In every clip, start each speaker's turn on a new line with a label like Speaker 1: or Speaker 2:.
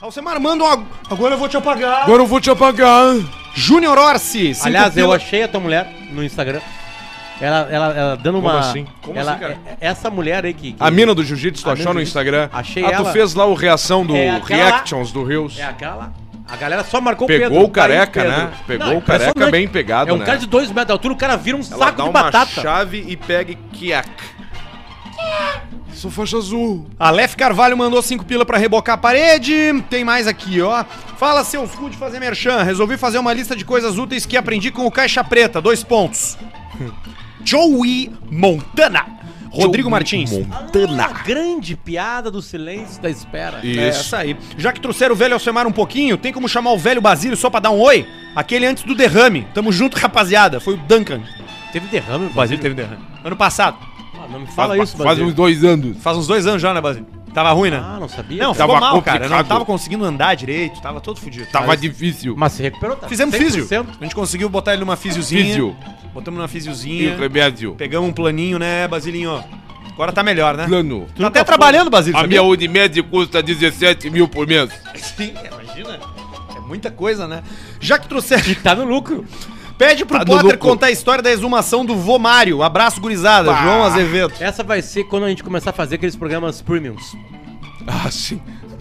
Speaker 1: Alcemar, manda uma... Agora eu vou te apagar.
Speaker 2: um Agora eu vou te apagar.
Speaker 1: Júnior Orsi. cinco
Speaker 3: Aliás, eu
Speaker 1: pila-
Speaker 3: achei a tua mulher no Instagram. Ela, ela, ela dando
Speaker 2: Como
Speaker 3: uma.
Speaker 2: assim? Como
Speaker 3: ela,
Speaker 2: assim, cara?
Speaker 3: é- Essa mulher aí que. que-
Speaker 2: A mina do jiu-jitsu, tu
Speaker 3: A
Speaker 2: achou
Speaker 3: mina do
Speaker 2: no
Speaker 3: jiu-jitsu.
Speaker 2: Instagram?
Speaker 3: Achei
Speaker 2: ah, tu
Speaker 3: ela.
Speaker 2: fez lá o reação do
Speaker 3: É aquela lá.
Speaker 2: Reactions do Rios.
Speaker 3: É aquela lá. A galera só marcou
Speaker 2: Pegou
Speaker 3: Pedro,
Speaker 2: o careca,
Speaker 3: tá aí,
Speaker 2: né?
Speaker 3: Pedro.
Speaker 2: Pegou
Speaker 3: Não,
Speaker 2: o careca
Speaker 3: impressionante.
Speaker 2: bem pegado,
Speaker 3: É um
Speaker 2: né?
Speaker 3: cara de dois metros de altura, o cara vira um
Speaker 2: Ela
Speaker 3: saco
Speaker 2: dá
Speaker 3: de
Speaker 2: uma
Speaker 3: batata.
Speaker 2: chave e pega e quiac. Sou faixa azul.
Speaker 1: Aleph Carvalho mandou 5 pila pra rebocar a parede. Tem mais aqui, ó. Fala, seus cu de fazer merchan. Resolvi fazer uma lista de coisas úteis que aprendi com o Caixa Preta. Dois pontos. Joey Montana. Rodrigo Martins.
Speaker 3: A grande piada do silêncio da espera.
Speaker 2: Isso.
Speaker 1: É, essa aí. Já que trouxeram o velho Alcemar um pouquinho, tem como chamar o velho Basílio só pra dar um oi? Aquele antes do derrame. Tamo junto, rapaziada. Foi o Duncan.
Speaker 3: Teve derrame,
Speaker 1: O Basílio teve derrame. Ano passado.
Speaker 3: Ah, não me fala isso,
Speaker 2: Faz um
Speaker 3: Basílio.
Speaker 2: uns dois anos.
Speaker 1: Faz uns dois anos já, né, Basílio? Tava ruim, né?
Speaker 3: Ah, não sabia.
Speaker 1: Não,
Speaker 3: cara.
Speaker 1: ficou
Speaker 2: Tava
Speaker 1: mal, cara. Não
Speaker 2: complicado.
Speaker 1: tava conseguindo andar direito, tava todo fudido.
Speaker 2: Tava
Speaker 1: Mas
Speaker 2: Tá difícil.
Speaker 3: Mas se recuperou, tá?
Speaker 1: Fizemos
Speaker 3: 100%.
Speaker 1: físio. A gente conseguiu botar ele numa físiozinha.
Speaker 2: Físio.
Speaker 1: Botamos numa
Speaker 2: E o
Speaker 1: físiozinha.
Speaker 2: remédio.
Speaker 1: Pegamos um planinho, né, Basilinho? Agora tá melhor, né?
Speaker 2: Plano.
Speaker 1: Tá até trabalhando, Basílio.
Speaker 2: A
Speaker 3: né?
Speaker 1: sabia?
Speaker 2: minha Unimed custa 17 mil por mês.
Speaker 1: Sim, imagina. É muita coisa, né? Já que trouxeram.
Speaker 3: Tá no lucro.
Speaker 1: Pede pro
Speaker 2: Tá no
Speaker 1: Potter
Speaker 2: lucro.
Speaker 1: contar a história da exumação do vô Mário. Abraço, gurizada.
Speaker 2: Bah.
Speaker 1: João Azevedo.
Speaker 3: Essa vai ser quando a gente começar a fazer aqueles programas premiums.
Speaker 2: Ah, sim.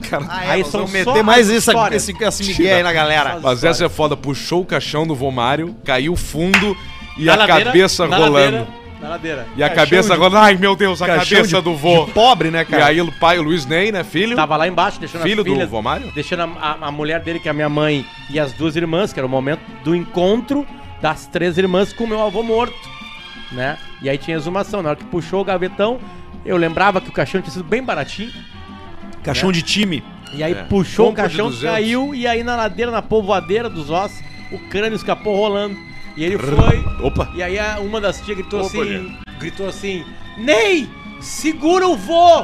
Speaker 2: Cara,
Speaker 3: Aí
Speaker 1: Aí
Speaker 3: são
Speaker 1: são
Speaker 3: Ah, é, só
Speaker 1: meter mais
Speaker 3: as
Speaker 1: essa,
Speaker 3: histórias.
Speaker 1: esse, esse migué aí na galera.
Speaker 3: Só as-
Speaker 2: mas essa é foda. Puxou o caixão do Vomário, caiu fundo e
Speaker 3: Na
Speaker 2: a
Speaker 3: ladeira,
Speaker 2: cabeça
Speaker 3: na
Speaker 2: rolando.
Speaker 3: ladeira, na ladeira. É,
Speaker 2: E a
Speaker 1: Caixão
Speaker 2: cabeça
Speaker 1: de-
Speaker 2: rolando. Ai, meu Deus, a
Speaker 1: Caixão
Speaker 2: cabeça
Speaker 1: de-
Speaker 2: do vô.
Speaker 1: de pobre, né,
Speaker 2: E
Speaker 1: cara?
Speaker 2: aí o pai, o Luiz Ney, né, filho?
Speaker 3: Tava lá embaixo, deixando
Speaker 2: Filho
Speaker 3: as
Speaker 2: do
Speaker 3: filhas,
Speaker 2: Vomário?
Speaker 3: Deixando a, a- a mulher dele, que é a minha mãe, e as duas irmãs, que era o momento do encontro das três irmãs com o meu avô morto, né? E aí tinha exumação. Na hora que puxou o gavetão, eu lembrava que o caixão tinha sido bem baratinho.
Speaker 1: um Caixão de time.
Speaker 3: E aí
Speaker 2: É.
Speaker 3: puxou
Speaker 2: Compra
Speaker 3: o
Speaker 2: de
Speaker 3: caixão,
Speaker 2: 200.
Speaker 3: caiu, e aí na ladeira, na povoadeira dos ossos, o crânio escapou rolando. E ele foi...
Speaker 2: Opa.
Speaker 3: E aí a- uma das tias gritou
Speaker 2: Opa,
Speaker 3: assim,
Speaker 2: gente.
Speaker 3: gritou assim, Ney, segura o vô!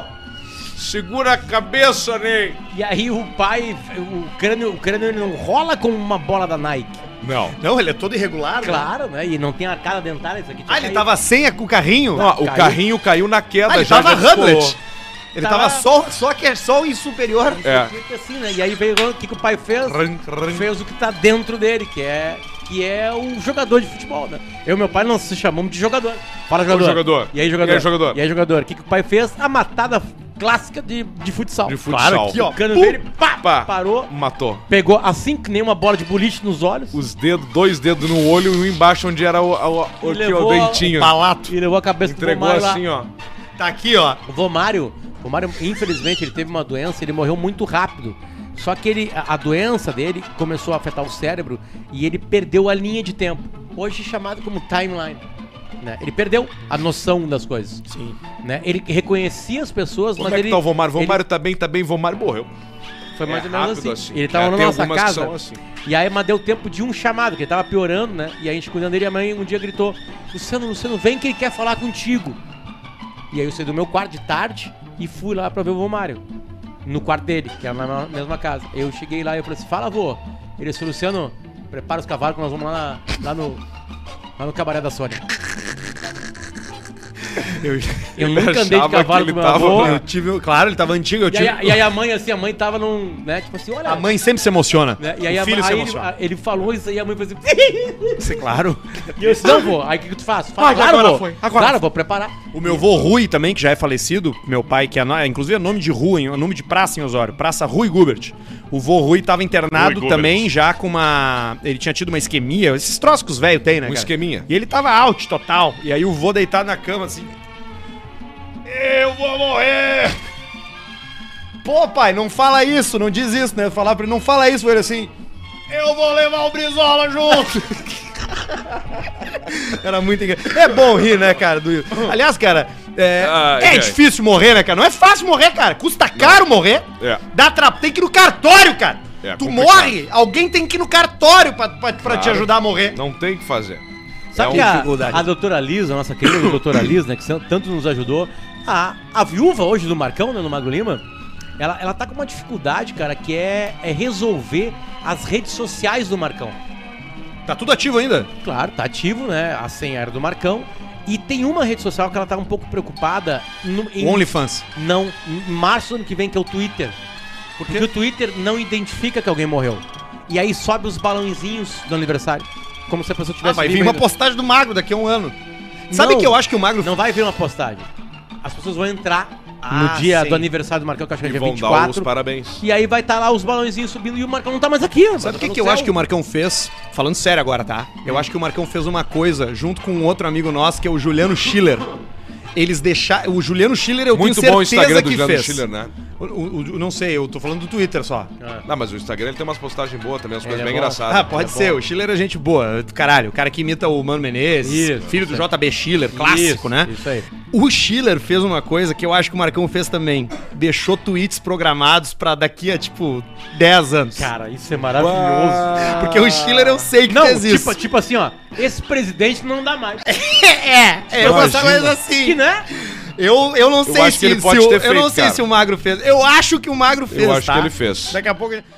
Speaker 2: Segura a cabeça, Ney.
Speaker 3: E aí o pai, o crânio, o crânio ele não rola como uma bola da Nike.
Speaker 2: Não.
Speaker 1: Não, ele é todo irregular. Claro.
Speaker 3: Claro, né? E não tem arcada dentária isso aqui. tinha
Speaker 1: Ah, ele
Speaker 3: caído.
Speaker 1: tava sem a- com o carrinho?
Speaker 2: Não, o
Speaker 3: Ah, Caiu.
Speaker 2: carrinho caiu na queda
Speaker 1: Ah, ele
Speaker 2: já.
Speaker 1: tava
Speaker 2: já descolou.
Speaker 1: Hamlet. Ele
Speaker 3: Tava-
Speaker 1: tava, só, só que é só o superior.
Speaker 2: É.
Speaker 3: Fica assim, né? E aí veio o que, que o pai fez?
Speaker 2: Ran, ran.
Speaker 3: Fez o que tá dentro dele, que é que é o jogador de futebol, né? Eu e meu pai nós se chamamos de jogador. Fala jogador.
Speaker 2: jogador.
Speaker 3: E aí jogador.
Speaker 2: E aí, jogador.
Speaker 3: E aí jogador. O que, que o pai fez? A matada clássica de, de futsal.
Speaker 2: De futsal.
Speaker 3: Claro, aqui, ó. O cano
Speaker 2: Pum,
Speaker 3: dele pá,
Speaker 2: pá.
Speaker 3: parou.
Speaker 2: Matou.
Speaker 3: Pegou assim que nem uma bola de boliche nos olhos.
Speaker 2: Os dedos, dois dedos no olho e um embaixo onde era o, o, é o,
Speaker 3: E
Speaker 2: aqui, ó,
Speaker 3: levou
Speaker 2: o dentinho.
Speaker 1: Palato.
Speaker 3: E levou a cabeça
Speaker 2: Entregou
Speaker 3: Romário lá.
Speaker 2: assim, ó.
Speaker 1: Tá aqui, ó.
Speaker 3: O Vomário, o Vomário, infelizmente, ele teve uma doença, ele morreu muito rápido. Só que ele, a, a doença dele começou a afetar o cérebro e ele perdeu a linha de tempo. Hoje chamado como timeline. né? Ele perdeu a noção das coisas. Sim. Ele reconhecia as pessoas,
Speaker 2: Como
Speaker 3: mas
Speaker 2: é que
Speaker 3: ele.
Speaker 2: tá o Vomário?
Speaker 3: ele-
Speaker 2: Vomário tá bem, tá bem, Vomário morreu.
Speaker 3: Foi mais
Speaker 2: É
Speaker 3: ou menos assim.
Speaker 2: rápido assim.
Speaker 3: Ele tava
Speaker 2: É,
Speaker 3: na
Speaker 2: tem
Speaker 3: nossa
Speaker 2: algumas que
Speaker 3: casa.
Speaker 2: são assim.
Speaker 3: E aí, mas deu tempo de um chamado, que ele tava piorando, né? E aí a gente cuidando dele, a mãe um dia gritou: Luciano, Luciano, vem que ele quer falar contigo. E aí eu saí do meu quarto de tarde e fui lá pra ver o Romário. No quarto dele, que era na mesma casa. Eu cheguei lá e eu falei assim: fala, vô. Ele disse: Luciano, prepara os cavalos que nós vamos lá, na- lá no. Lá no cabaré da Sônia.
Speaker 1: Eu,
Speaker 3: Eu nunca andei de
Speaker 2: achava
Speaker 3: cavalo
Speaker 2: que
Speaker 3: com
Speaker 2: ele
Speaker 3: meu
Speaker 2: tava- tipo-
Speaker 3: avô.
Speaker 1: eu tive. um, Claro, ele tava antigo, eu
Speaker 3: E
Speaker 1: tive.
Speaker 3: aí, a- e aí a mãe, assim, a mãe tava num. Né, tipo assim, olha.
Speaker 1: A mãe sempre se emociona.
Speaker 3: né, e aí,
Speaker 1: o
Speaker 3: a,
Speaker 1: filho se
Speaker 3: aí ele,
Speaker 1: emociona.
Speaker 3: a- ele falou isso aí, a mãe fez assim.
Speaker 1: Isso é claro.
Speaker 3: E eu disse, não, vô, aí o que, que tu faz? Fala,
Speaker 1: Ah,
Speaker 3: claro,
Speaker 1: agora
Speaker 3: vô.
Speaker 1: foi, agora
Speaker 3: claro,
Speaker 1: foi.
Speaker 3: vou preparar.
Speaker 1: O meu vô Rui também, que já é falecido, meu pai, que é, no- inclusive é nome de rua, é nome de praça em Osório, Praça Rui Gubert. O vô Rui tava internado
Speaker 2: Gubert.
Speaker 1: também, já com uma. Ele tinha tido uma isquemia, esses troços que os velhos têm, né?
Speaker 2: Um
Speaker 1: cara?
Speaker 2: esqueminha.
Speaker 1: E ele tava out total. E aí o vô deitado na cama assim. Eu vou morrer! Pô, pai, não fala isso, não diz isso, né? Falar pra ele, não fala isso, foi ele assim. Eu vou levar o Brizola junto! Era muito engraçado. É bom rir, né, cara? do- Aliás, cara, é,
Speaker 2: Ai,
Speaker 1: é
Speaker 2: ai.
Speaker 1: difícil morrer, né, cara? Não é fácil morrer, cara. Custa caro morrer.
Speaker 2: É.
Speaker 1: Dá tra... Tem que ir no cartório, cara.
Speaker 2: É,
Speaker 1: tu
Speaker 2: complicado.
Speaker 1: morre, alguém tem que ir no cartório pra, pra, pra te
Speaker 2: Claro.
Speaker 1: ajudar a morrer.
Speaker 2: Não tem o que fazer.
Speaker 3: Sabe
Speaker 2: É
Speaker 3: que
Speaker 2: um-
Speaker 3: a,
Speaker 1: dificuldade.
Speaker 3: a doutora Liz, a nossa querida doutora Liz, né, que san- tanto nos ajudou, a, a viúva hoje do Marcão, né, no Magro Lima, ela, ela tá com uma dificuldade, cara, que é, é resolver as redes sociais do Marcão.
Speaker 1: Tá tudo ativo ainda?
Speaker 3: Claro, tá ativo, né, a senha era do Marcão, e tem uma rede social que ela tá um pouco preocupada no, em-
Speaker 1: O OnlyFans.
Speaker 3: Não, em março do ano que vem, que é o Twitter. Porque o Twitter não identifica que alguém morreu. E aí sobe os balãozinhos do aniversário. Como se a pessoa
Speaker 1: Ah,
Speaker 3: tivesse
Speaker 1: vai
Speaker 3: vivo
Speaker 1: vir uma
Speaker 3: ainda.
Speaker 1: postagem do Magro daqui a um ano. Sabe
Speaker 3: Não.
Speaker 1: que eu acho que o Magro
Speaker 3: Não vai vir uma postagem. As pessoas vão entrar
Speaker 1: Ah,
Speaker 3: no dia
Speaker 1: sim.
Speaker 3: do aniversário do Marcão, que eu acho que é
Speaker 2: E
Speaker 3: dia
Speaker 2: vão dar os
Speaker 3: 24.
Speaker 2: parabéns.
Speaker 3: E aí vai estar lá os balãozinhos subindo e o Marcão não tá mais aqui. mano.
Speaker 1: Sabe o
Speaker 3: Tá
Speaker 1: que,
Speaker 3: no
Speaker 1: que eu
Speaker 3: céu.
Speaker 1: acho que o Marcão fez? Falando sério agora, tá? Eu acho que o Marcão fez uma coisa junto com um outro amigo nosso, que é o Juliano Schiller. Eles deixaram. O Juliano Schiller, eu
Speaker 2: Muito
Speaker 1: tenho
Speaker 2: bom o
Speaker 1: certeza
Speaker 2: Instagram do
Speaker 1: que
Speaker 2: Juliano
Speaker 1: fez.
Speaker 2: Schiller, né?
Speaker 1: O- o- o- não sei, eu tô falando do Twitter só.
Speaker 3: Ah,
Speaker 2: Não, mas o Instagram ele tem umas postagens boas também, umas
Speaker 3: Ele
Speaker 2: coisas
Speaker 3: é
Speaker 2: bem
Speaker 3: bom.
Speaker 2: engraçadas.
Speaker 1: Ah, pode
Speaker 2: É
Speaker 1: ser.
Speaker 2: bom.
Speaker 1: O Schiller é gente boa. do Caralho, o cara que imita o Mano Menezes,
Speaker 3: Isso,
Speaker 1: filho do JB Schiller, clássico,
Speaker 3: Isso,
Speaker 1: né?
Speaker 3: Isso aí.
Speaker 1: O Schiller fez uma coisa que eu acho que o Marcão fez também. Deixou tweets programados pra daqui a, tipo, 10 anos.
Speaker 3: Cara, isso é maravilhoso.
Speaker 1: Porque o Schiller é um eu sei que
Speaker 3: Não,
Speaker 1: fez isso.
Speaker 3: tipo, tipo assim, ó. Esse presidente não dá mais.
Speaker 1: É, eu gostava mais
Speaker 2: Imagina.
Speaker 1: assim.
Speaker 3: Que, né?
Speaker 1: Eu, eu não sei
Speaker 2: acho
Speaker 1: se,
Speaker 2: que ele
Speaker 1: se
Speaker 2: pode
Speaker 1: o,
Speaker 2: ter
Speaker 1: eu não
Speaker 2: feito,
Speaker 1: sei
Speaker 2: cara.
Speaker 1: se o Magro fez. Eu acho que o Magro fez,
Speaker 2: Eu acho
Speaker 1: tá?
Speaker 2: que ele fez.
Speaker 1: Daqui a pouco... ele-